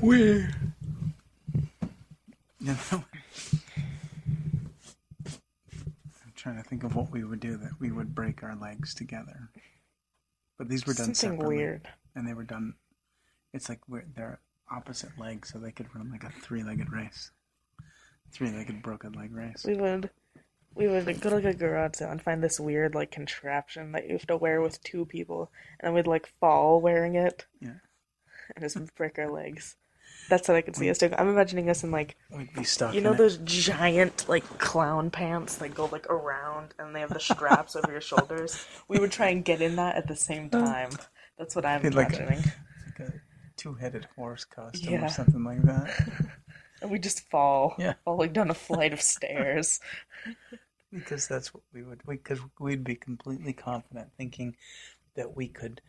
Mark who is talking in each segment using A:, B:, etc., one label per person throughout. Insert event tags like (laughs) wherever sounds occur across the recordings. A: Where? No, no. I'm trying to think of what we would do that we would break our legs together. But these were done
B: Something
A: separately,
B: weird.
A: and they were done. It's like we're, they're opposite legs, so they could run like a three-legged race, three-legged broken leg race.
B: We would we would go to like a garage sale and find this weird like contraption that you have to wear with two people, and then we'd like fall wearing it (laughs)
A: Yeah,
B: and just break our legs. That's what I could see us doing. I'm imagining us in like
A: we'd be stuck.
B: you
A: in
B: know
A: it.
B: those giant like clown pants that go like around and they have the straps over your shoulders. We would try and get in that at the same time. That's what I'm
A: They'd, Uh, like-
B: imagining.
A: like a two-headed horse costume
B: Yeah.
A: or something like that.
B: And we just fall,
A: Yeah.
B: falling down a flight of
A: (laughs)
B: stairs.
A: Because that's what we would, because we'd be completely confident thinking that we could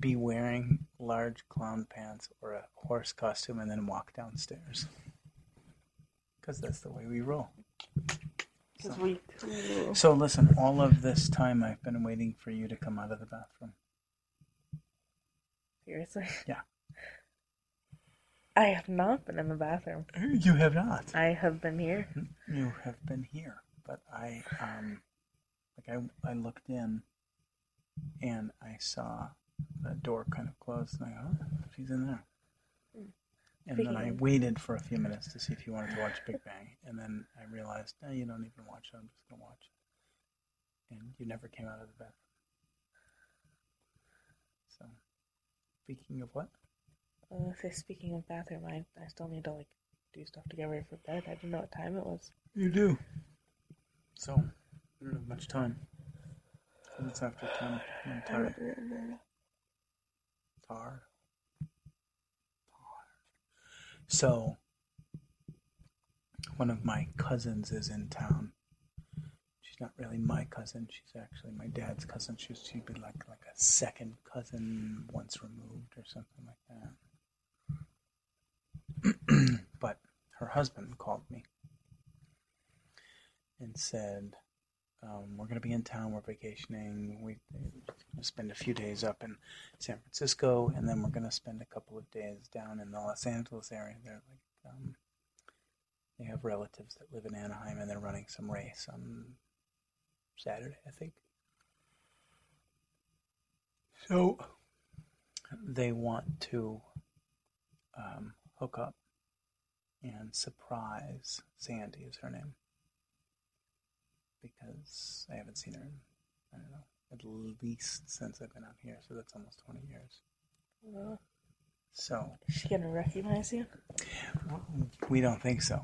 A: be wearing large clown pants or a horse costume and then walk downstairs. Because that's the way we roll.
B: 'Cause we
A: So listen, all of this time I've been waiting for you to come out of the bathroom.
B: seriously.
A: Yeah.
B: I have not been in the bathroom.
A: You have not.
B: I have been here.
A: You have been here, but I um, like I I looked in, and I saw the door kind of closed, and I go, oh, she's in there. And then I
B: Speaking of-
A: waited for a few minutes to see if you wanted to watch Big Bang, and then I realized, no, you don't even watch it. I'm just gonna watch. it." And you never came out of the bathroom. So, speaking of what,
B: Uh, so speaking of bathroom, I, I still need to like do stuff to get ready for bed. I didn't know what time it was.
A: you do. So, I don't have much time. And It's after ten. I'm tired. Tar. So, one of my cousins is in town. She's not really my cousin. She's actually my dad's cousin. She's, she'd be like like a second cousin once removed or something like that. (clears throat) but her husband called me and said, um, "We're going to be in town. We're vacationing. We we're gonna spend a few days up in San Francisco, and then we're going to spend a couple of days down in the Los Angeles area. They're like, um, they have relatives that live in Anaheim, and they're running some race on Saturday, I think. So they want to um, hook up and surprise Sandy is her name because I haven't seen her in I don't know, at least since I've been out here, so that's almost 20 years.
B: Uh,
A: So,
B: is she gonna recognize you?
A: we don't think so.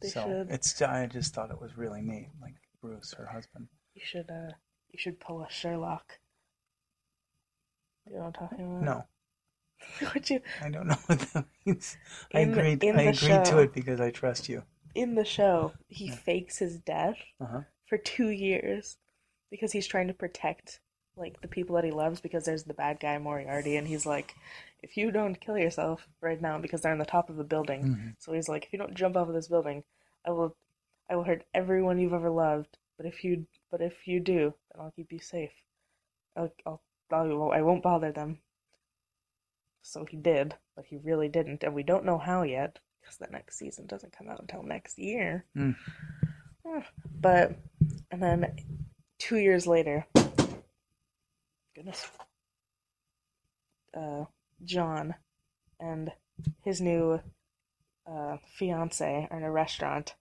B: They
A: so,
B: should.
A: it's, I just thought it was really neat, like Bruce, her husband.
B: You should uh you should pull a Sherlock. You know what I'm talking about?
A: No,
B: (laughs) Would you
A: I don't know (laughs) what that means. I
B: In the-
A: agreed,
B: in
A: I
B: the
A: agreed
B: show.
A: to it because I trust you.
B: in the show he fakes his death
A: Uh-huh.
B: for two years because he's trying to protect like the people that he loves because there's the bad guy Moriarty and he's like, if you don't kill yourself right now because they're on the top of a building, so he's like, if you don't jump off of this building, I will, I will hurt everyone you've ever loved. But if you, but if you do, then I'll keep you safe. I'll, I'll, I'll I won't bother them. So he did, but he really didn't, and we don't know how yet because the next season doesn't come out until next year.
A: Mm.
B: Ugh. (sighs) But and then two years later, goodness, uh, John and his new uh, fiance are in a restaurant,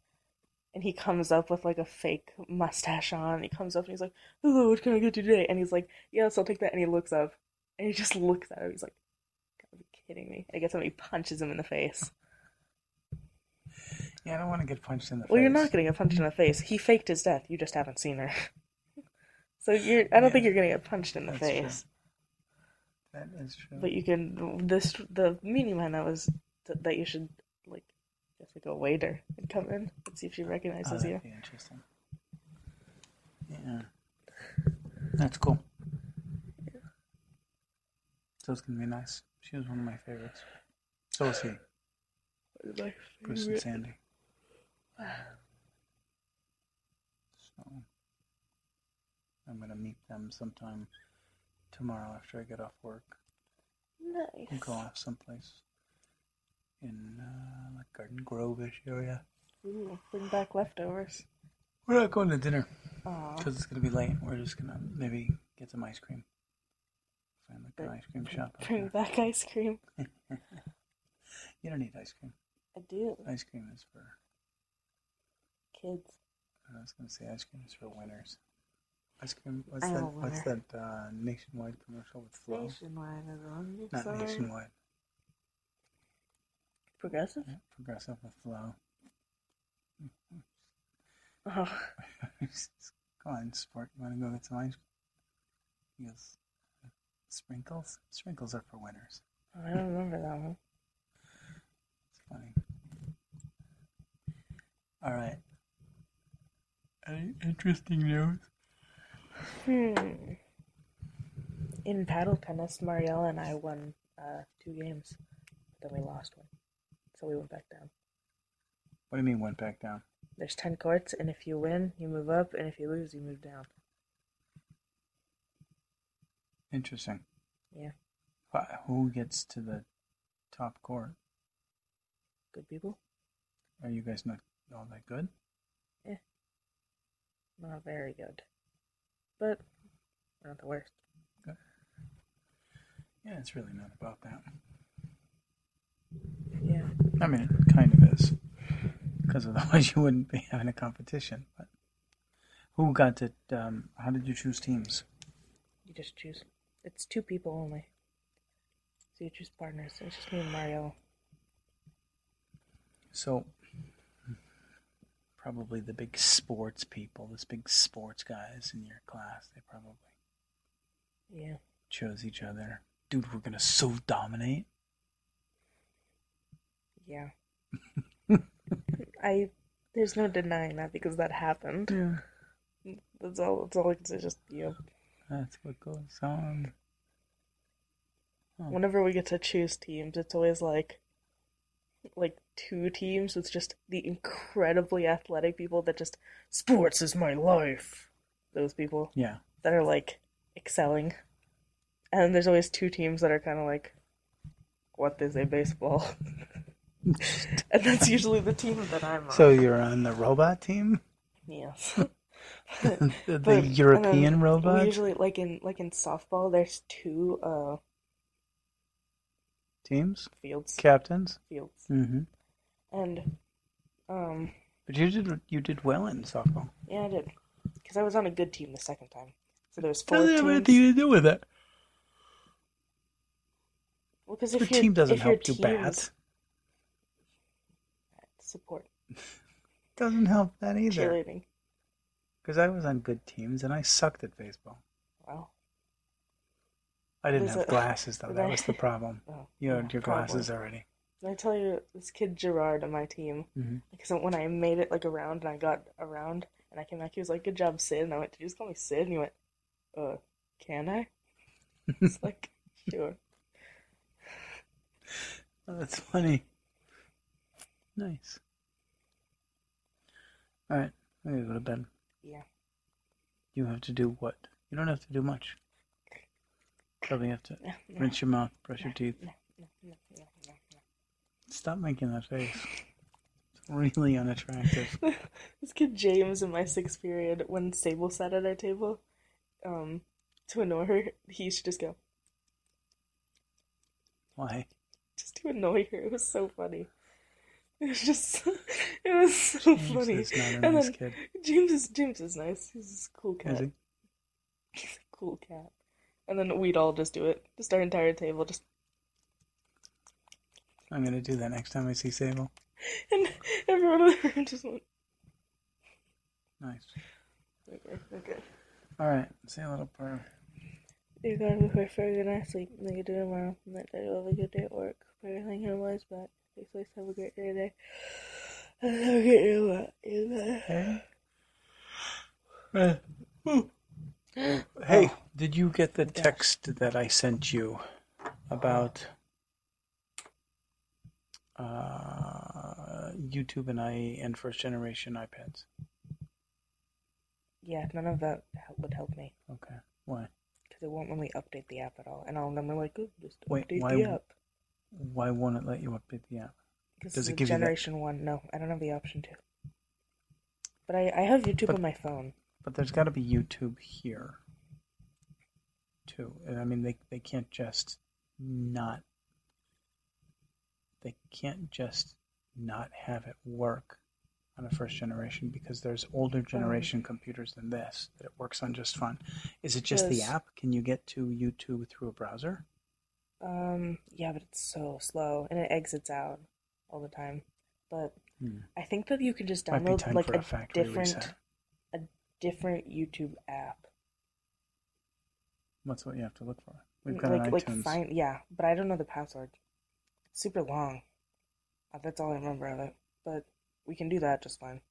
B: and he comes up with like a fake mustache on. He comes up and he's like, "Hello, what can I get you today?" And he's like, "Yes, I'll take that." And he looks up, and he just looks at him. He's like, "Gotta be kidding me!" I guess somebody punches him in the face.
A: Yeah, I don't want to get punched in the face.
B: Well, you're not getting a punch in the face. He faked his death. You just haven't seen her. (laughs) So you're. I don't think
A: Yeah.
B: you're gonna get punched in the
A: That's true.
B: face,
A: That is true.
B: but you can. This the meaning behind that was th- that you should like just like a waiter and come in and see if she
A: Oh,
B: recognizes
A: that'd
B: you.
A: be interesting. Yeah. That's cool. So it's going to be nice. She was one of my favorites. So was he,
B: My
A: Bruce and
B: favorite.
A: Sandy. So I'm going to meet them sometime tomorrow after I get off work. We'll
B: Nice.
A: go off someplace. in uh, like Garden Grove-ish area.
B: Ooh, bring back leftovers.
A: We're not going to dinner
B: Aw.
A: because it's gonna be late. We're just gonna maybe get some ice cream. Find like an
B: Bring-
A: ice cream shop. out
B: Bring
A: there.
B: back ice cream.
A: (laughs) You don't need ice cream.
B: I do.
A: Ice cream is for.
B: Kids.
A: I was gonna say ice cream is for winners. Ice cream. What's
B: I'm a
A: that? What's that uh, nationwide commercial with Flo?
B: Nationwide is on
A: Not nationwide.
B: Progressive?
A: Yeah, progressive with Flo. (laughs)
B: Oh.
A: Come on, sport. You want to go get some ice cream? He goes, sprinkles? Sprinkles are for winners.
B: I don't remember that one.
A: It's funny. All right. Any interesting news?
B: Hmm. In paddle tennis, Mariella and I won uh, two games, but then we lost one. So we went back down.
A: What do you mean went back down?
B: There's 10 courts, and if you win, you move up, and if you lose, you move down.
A: Interesting.
B: Yeah.
A: Wha- Who gets to the top court?
B: Good people?
A: Are you guys not all that good?
B: Not very good. But not the worst.
A: Yeah, it's really not about that.
B: Yeah.
A: I mean, it kind of is. Because otherwise (laughs) you wouldn't be having a competition. But who got to, um, how did you choose teams?
B: You just choose. It's two people only. So you choose partners. It's just me and Mario.
A: So, probably the big sports people, this big sports guys in your class, they probably
B: Yeah.
A: chose each other. Dude, we're going to so dominate.
B: Yeah. I there's no denying that because that happened.
A: Yeah.
B: That's all that's all I can say, just you.
A: That's what goes on. Oh, Hmm.
B: Whenever we get to choose teams, it's always like like two teams with just the incredibly athletic people that just sports is my life. Those people
A: Yeah.
B: that are like excelling. And there's always two teams that are kind of like what is
A: (laughs)
B: a baseball? and that's usually the team that I'm on.
A: So you're on the robot
B: (laughs)
A: team?
B: yes.
A: the
B: (laughs) But- and
A: European
B: then
A: robot?
B: We usually like in like in softball, there's two uh
A: teams?
B: fields,
A: Captains?
B: fields,
A: Mm-hmm.
B: and um
A: But you did you did well in softball.
B: yeah, I did because I was on a good team the second time. So there was
A: What
B: four
A: does that have
B: teams.
A: anything to do with it?
B: Well, because
A: Your
B: if your
A: team doesn't
B: if your
A: help you bat.
B: team's Support
A: Doesn't help that either.
B: cheerleading.
A: Because I was on good teams and I sucked at baseball.
B: Wow.
A: I didn't
B: There's
A: have
B: a-
A: glasses though. That was
B: (laughs)
A: the
B: Right.
A: problem.
B: Oh,
A: You had
B: yeah,
A: your
B: probably.
A: glasses already.
B: Did I tell you this kid Gerard on my team?
A: Mhm.
B: Because when I made it like around and I got around and I came back, he was like, "Good job, Sid." And I went, "Did you just call me Sid?" And he went, "Uh, can
A: (laughs)
B: I?" It's like, sure. Mm-hmm.
A: Oh, that's funny. Nice. All right, I'm gonna go to bed.
B: Yeah. (laughs)
A: You have to do what? You don't have to do much. Probably have to
B: No, no,
A: rinse your mouth, brush your teeth.
B: no, no, no, no, no, no.
A: Stop making that face. It's really unattractive.
B: (laughs) This kid James in my sixth period, when Sable sat at our table, um, to annoy her, he used to just go,
A: Why?
B: just to annoy her. It was so funny. It was just, (laughs) it was so
A: James
B: funny.
A: is not a
B: and
A: nice
B: then (laughs)
A: kid,
B: James is James is nice. He's a cool cat.
A: is he?
B: He's a cool cat. And then we'd all just do it. Just our entire table. Just
A: I'm gonna do that next time I see Sable.
B: and everyone in the room just went.
A: Nice.
B: Okay, okay.
A: All right, say a little prayer.
B: Dear God, we pray for a good night's sleep, and a good day tomorrow, and that God will have a good day at work. Pray everything in our lives back. Please, please have a great day (sighs) today. And have a great day tomorrow. Amen.
A: Hey. Hey, did you get the text that I sent you about uh, YouTube and I and first generation iPads?
B: Yeah, none of that help- would help me,
A: Okay. Why?
B: because it won't let me update the app at all. And all of them are like, oh, just
A: Wait,
B: update
A: why
B: the
A: w-
B: app.
A: Why won't it let you update the app?
B: This
A: Does
B: is
A: it
B: a
A: give you that-
B: generation one. No, I don't have the option to. But I, I have YouTube
A: But-
B: on my phone.
A: But there's got to be YouTube here, too. And I mean, they they can't just not. They can't just not have it work on a first generation because there's older generation computers than this that it works on just fine. Is it just the
B: Yes.
A: app? Can you get to YouTube through a browser?
B: Um, yeah, but it's so slow and it exits out all the time. But
A: Hmm.
B: I think that you can just
A: Might be
B: download
A: time
B: like
A: for
B: a
A: a factory
B: different
A: reset.
B: a different YouTube app.
A: That's what you have to look for. We've got
B: Mm, like
A: an
B: like
A: iTunes.
B: find yeah, but I don't know the password. Super long. Uh, That's all I remember of it. But we can do that just fine.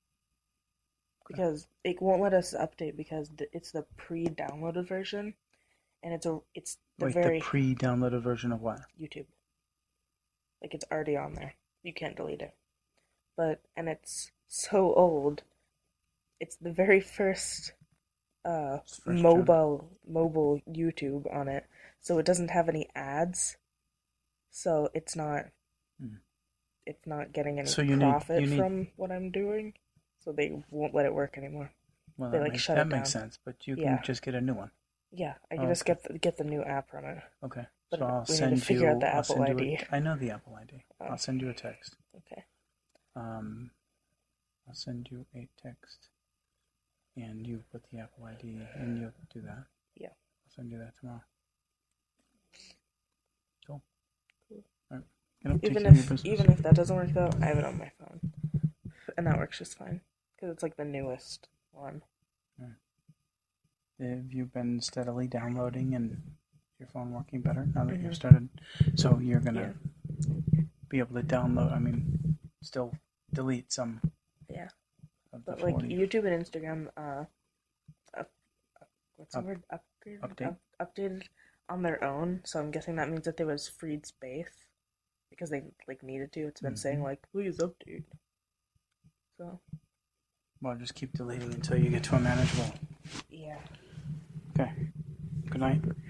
B: Because it won't let us update because th- it's the pre-downloaded version, and it's a it's the
A: Wait,
B: very
A: the pre-downloaded version of what?
B: YouTube. Like it's already on there. You can't delete it. But and it's so old. It's the very first uh
A: It's first gen.
B: mobile mobile YouTube on it. So it doesn't have any ads. So it's not
A: Hmm.
B: it's not getting any
A: So you need-
B: profit
A: you need-
B: from what I'm doing. So they won't let it work anymore.
A: Well,
B: They,
A: that
B: like,
A: makes,
B: shut
A: that
B: it
A: makes
B: down.
A: sense, but you
B: Yeah.
A: can just get a new one.
B: Yeah, I
A: Oh,
B: can just get the, get the new app from it.
A: Okay,
B: But
A: so I'll
B: we need to
A: send
B: figure
A: you.
B: out the
A: I'll
B: Apple
A: send you
B: ID.
A: a- I know the Apple ID.
B: Oh.
A: I'll send you a text.
B: Okay.
A: Um, I'll send you a text, and you put the Apple ID, and you'll do that.
B: Yeah.
A: I'll send you that tomorrow. Cool. All right. Get up, take
B: even
A: care of your
B: if
A: business.
B: even if that doesn't work though, I have it on my phone, and that works just fine because it's like the newest one.
A: Have you been steadily downloading and your phone working better now that
B: Mhm.
A: you've started? So you're gonna be able to download. I mean, still delete some.
B: Yeah.
A: Of the
B: But like
A: 40.
B: YouTube and Instagram, uh, up, up- what's the
A: Up-
B: word? Upgraded,
A: update?
B: Up, updated on their own. So I'm guessing that means that there was freed space because they like needed to. It's been
A: Mm-hmm.
B: saying like please update. So
A: Well, just keep deleting until you get to a manageable.
B: yeah.
A: Okay. Good night.